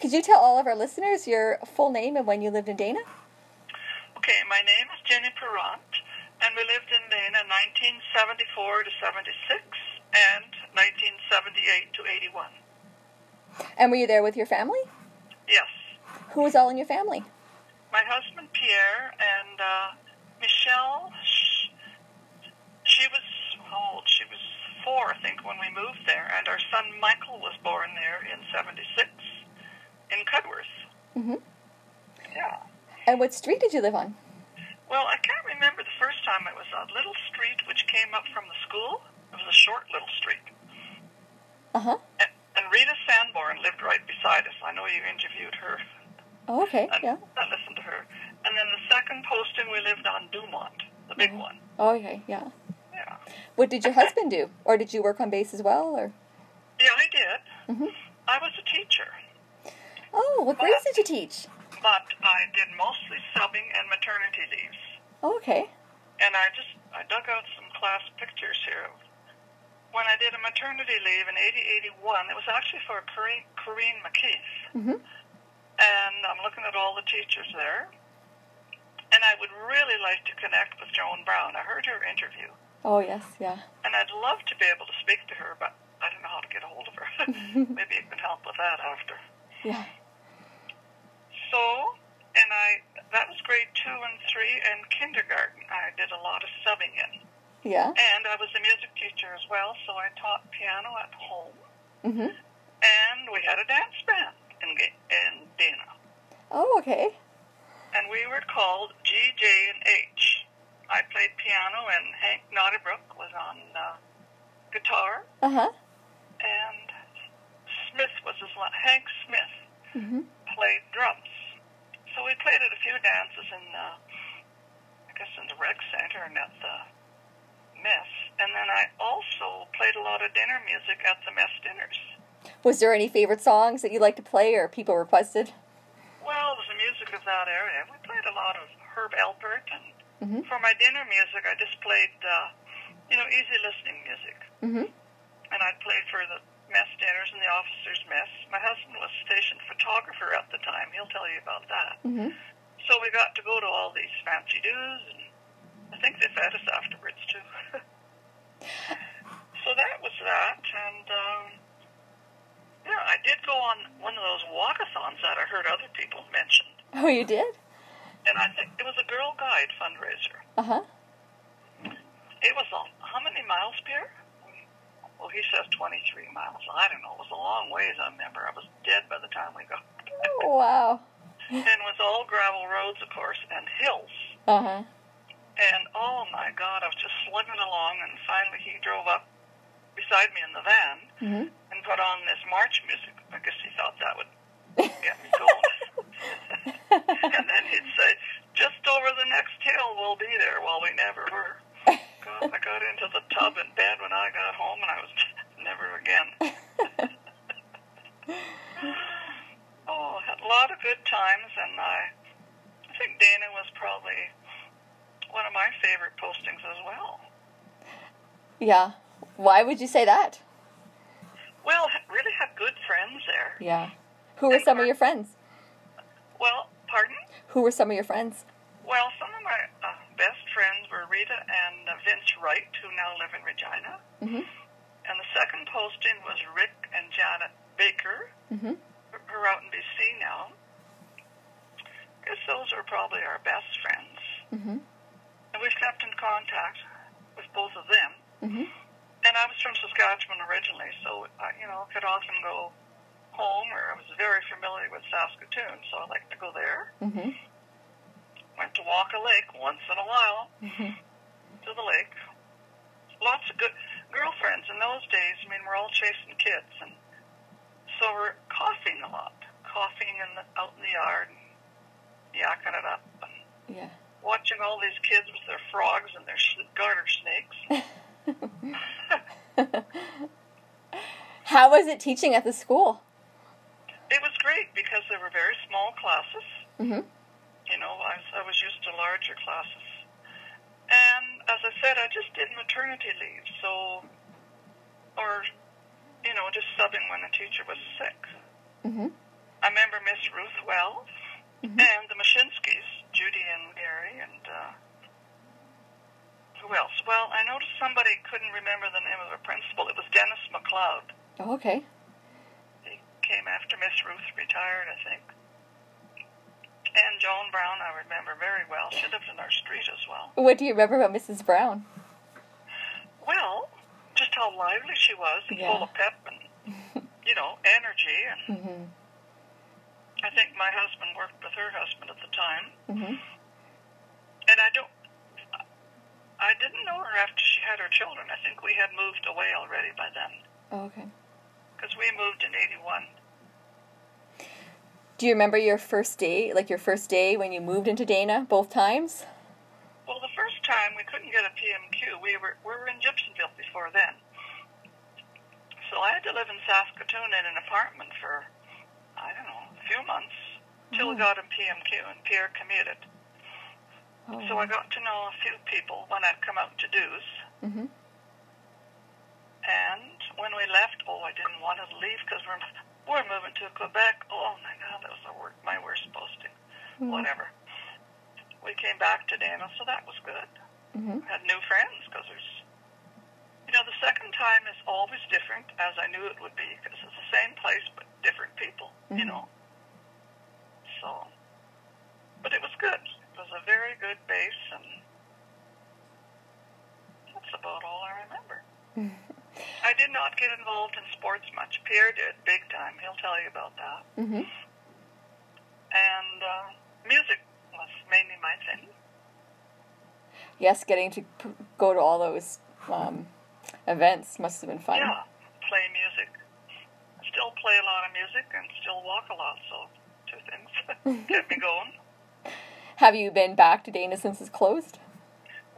Could you tell all of our listeners your full name and when you lived in Dana? Okay, my name is Jenny Perrant, and we lived in Dana 1974 to 76 and 1978 to 81. And were you there with your family? Yes, Who was all in your family? my husband Pierre and uh, Michelle. She, she was how old? She was four, I think, when we moved there, and our son Michael was born there in '76 in Cudworth. Mhm. Yeah. And what street did you live on? Well, I can't remember the first time it was a little street which came up from the school. It was a short little street. Uh huh. And, and Rita Sanborn lived right beside us. I know you interviewed her. Oh, okay. And Yeah. I listened to her. And then the second posting, we lived on Dumont, the big one. Oh, okay. Yeah. Yeah. What did your husband do? Or did you work on base as well? Or Yeah, I did. I was a teacher, oh, what grades did you teach? but I did mostly subbing and maternity leaves. Oh, okay. And I just I dug out some class pictures here. When I did a maternity leave in 80, 81, it was actually for Corrine, Corrine McKeith. Mhm. And I'm looking at all the teachers there. And I would really like to connect with Joan Brown. I heard her interview. Oh yes. Yeah. And I'd love to be able to speak to her, but I don't know how to get a hold of her. Maybe you can help with that after. Yeah. So, and I, that was grade two and three, and kindergarten I did a lot of subbing in. Yeah. And I was a music teacher as well, so I taught piano at home. Mhm. And we had a dance band in, Ga- in Dana. Oh, okay. And we were called GJ and H. I played piano, and Hank Nottybrook was on uh, guitar, Uh huh. and Smith was his la Hank Smith Mhm. played drums. So we played at a few dances in, uh, I guess, in the rec center and at the mess. And then I also played a lot of dinner music at the mess dinners. Was there any favorite songs that you like to play or people requested? Well, it was the music of that area. We played a lot of Herb Alpert, and Mhm. for my dinner music, I just played, uh, you know, easy listening music. Mhm. And I played for the mess dinners and the officers' mess. My husband was station photographer at the time. He'll tell you about that. Mhm. So we got to go to all these fancy do's, and I think they fed us afterwards too. so that was that, and um, yeah, I did go on one of those walkathons that I heard other people mentioned, Oh, you did. and I think it was a Girl Guide fundraiser. Uh huh. It was a, how many miles, Pierre? Well, he says 23 miles. I don't know. It was a long ways. I remember. I was dead by the time we got. Oh, wow. and it was all gravel roads, of course, and hills. Uh huh. And oh my God, I was just slugging along, and finally he drove up beside me in the van Mhm. and put on this march music. I guess he thought that would get me going. Mm-hmm. and then he'd say, "Just over the next hill, we'll be there." Well, we never were. God, I got into the tub in bed when I got home, and I was never again. oh, had a lot of good times, and I, I think Dana was probably one of my favorite postings as well. Yeah. Why would you say that? Well, I really had good friends there. Yeah. Who were some of your friends? Well, pardon? Who were some of your friends? Well, some of my uh, best friends were Rita and uh, Vince Wright, who now live in Regina. Mhm. And the second posting was Rick and Janet Baker, Mhm. who who are out in BC now. I guess those are probably our best friends. Mhm. And we've kept in contact with both of them. Mhm. And I was from Saskatchewan originally, so I, you know, could often go home, or I was very familiar with Saskatoon, so I liked to go there. Mhm. Went to Walker Lake once in a while Mhm. to the lake. Lots of good girlfriends in those days. I mean, we're all chasing kids, and so we're coughing a lot, coughing in the, out in the yard, and yakking it up, and Yeah. watching all these kids with their frogs and their sh- garter snakes. How was it teaching at the school? It was great because they were very small classes. Mhm. You know, I was, I was used to larger classes. And as I said, I just did maternity leave, so, or, you know, just subbing when the teacher was sick. Mhm. I remember well, and the Mashinskys, Judy and Gary, and uh, who else? Well, I noticed somebody couldn't remember the name of the principal. It was Dennis McLeod. Oh, okay. He came after Miss Ruth retired, I think. And Joan Brown, I remember very well. She lived in our street as well. What do you remember about Mrs. Brown? Well, just how lively she was and Yeah. full of pep and, you know, energy. And Mm-hmm. I think my husband worked with her husband at the time. Mm-hmm. And I don't, I didn't know her after she had her children. I think we had moved away already by then Oh, okay. because we moved in 81. Do you remember your first day, like your first day when you moved into Dana, both times? Well, the first time we couldn't get a PMQ. We were we were in Gibsonville before then, so I had to live in Saskatoon in an apartment for I don't know a few months till we Oh. got a PMQ and Pierre commuted. Oh, So I got to know a few people when I'd come out to dues, mm-hmm. and when we left, oh, I didn't want to leave because we're we're moving to Quebec. Oh my God, that was the work, my worst posting. Whatever. We came back to Dana, so that was good. Mm-hmm. had new friends because there's, you know, the second time is always different, as I knew it would be, because it's the same place but different people, you Mhm. know. So, but it was good. It was a very good base, and that's about all I remember. I did not get involved in sports much. Pierre did, big time. He'll tell you about that. Mm-hmm. And uh, music was mainly my thing. Yes, getting to p- go to all those um, events must have been fun. Yeah, play music. I still play a lot of music and still walk a lot, so two things get me going. Have you been back to Dana since it's closed?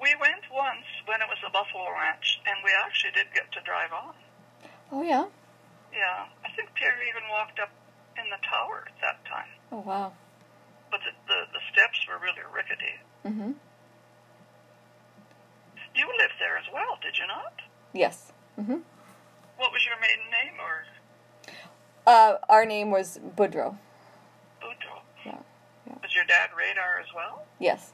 We went once when it was a buffalo ranch, and we actually did get to drive on. Oh yeah. Yeah, I think Pierre even walked up in the tower at that time, Oh wow. but the, the, the steps were really rickety. Mm-hmm. You lived there as well, did you not? Yes. Mm-hmm. What was your maiden name, or Uh, our name was Boudreaux. Boudreaux? Yeah, yeah. Was your dad Radar as well? Yes.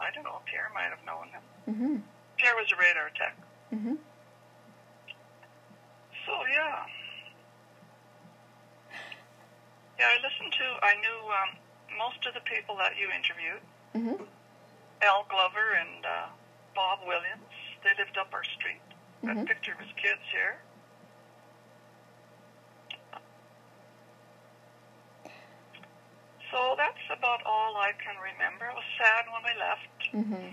I don't know. Pierre might have known him. Mm-hmm. Pierre was a radar tech. Mm-hmm. So yeah, yeah. I listened to. I knew um, most of the people that you interviewed. Mm-hmm. Al Glover and uh, Bob Williams. They lived up our street. Got a Mhm. picture of his kids here. So that's about all I can remember. I was sad when we left. Mm-hmm.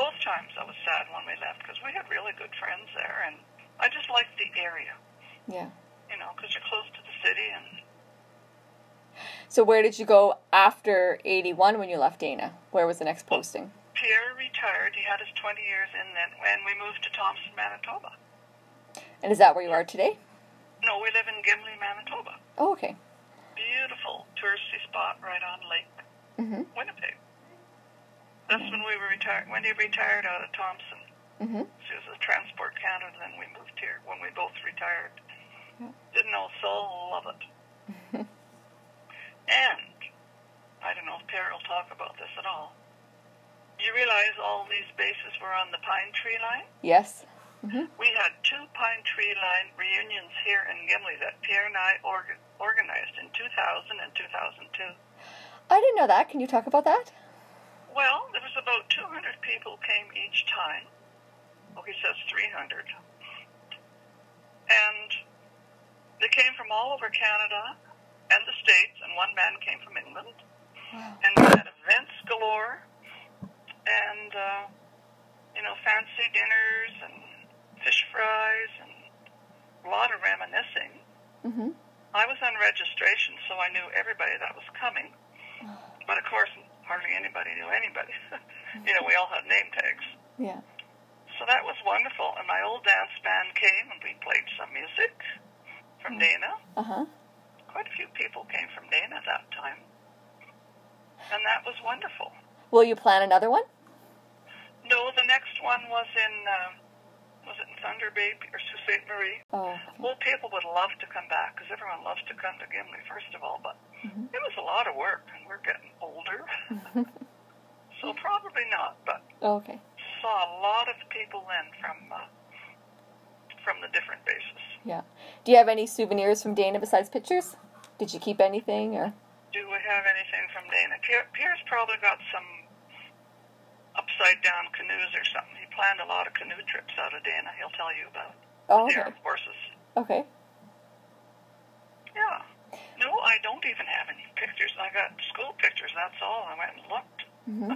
Both times I was sad when we left because we had really good friends there, and I just liked the area. Yeah. you know, because you're close to the city. And So where did you go after '81 when you left Dana? Where was the next posting? Pierre retired. He had his 20 years in then, and we moved to Thompson, Manitoba. And is that where you are today? No, we live in Gimli, Manitoba. Oh, okay. Beautiful touristy spot right on Lake Mm-hmm. Winnipeg. That's when we were retired. When he retired out of Thompson, Mm-hmm. she was with Transport Canada. Then we moved here when we both retired. Yeah. Didn't know a soul. Love it. and I don't know if Pierre will talk about this at all. You realize all these bases were on the pine tree line. Yes. Mm-hmm. We had two Pine Tree Line reunions here in Gimli that Pierre and I org- organized in 2000 and 2002. I didn't know that. Can you talk about that? Well, there was about 200 people came each time. Oh, he says 300. And they came from all over Canada and the States, and one man came from England. Wow. and we had events galore, and uh, you know, fancy dinners and fish fries and a lot of reminiscing. Mm-hmm. I was on registration, so I knew everybody that was coming, but of course, hardly anybody knew anybody. you know, we all had name tags. Yeah. So that was wonderful, and my old dance band came and we played some music from Dana. Uh huh. Quite a few people came from Dana that time, and that was wonderful. Will you plan another one? No, the next one was in um, was it in Thunder Bay or Sault Ste. Marie? Oh, Well, people would love to come back because everyone loves to come to Gimli, first of all, but Mhm. it was a lot of work and we're getting older. so probably not, but Oh, okay. saw a lot of people in from uh, from the different bases. Yeah. Do you have any souvenirs from Dana besides pictures? Did you keep anything or? Do we have anything from Dana? Pier- Pierce probably got some upside down canoes or something. He planned a lot of canoe trips out of Dana. He'll tell you about Oh, the okay. armed forces. Okay. Yeah. No, I don't even have any pictures. I got school pictures. That's all. I went and looked hmm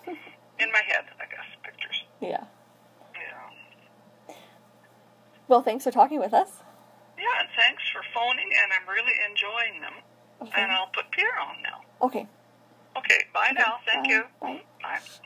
in my head. I guess pictures. Yeah. Yeah. Well, thanks for talking with us. Yeah, and thanks for phoning, and I'm really enjoying them. Okay. And I'll put Pierre on now. Okay. Okay, bye now. Thank Bye. you. Bye. Bye.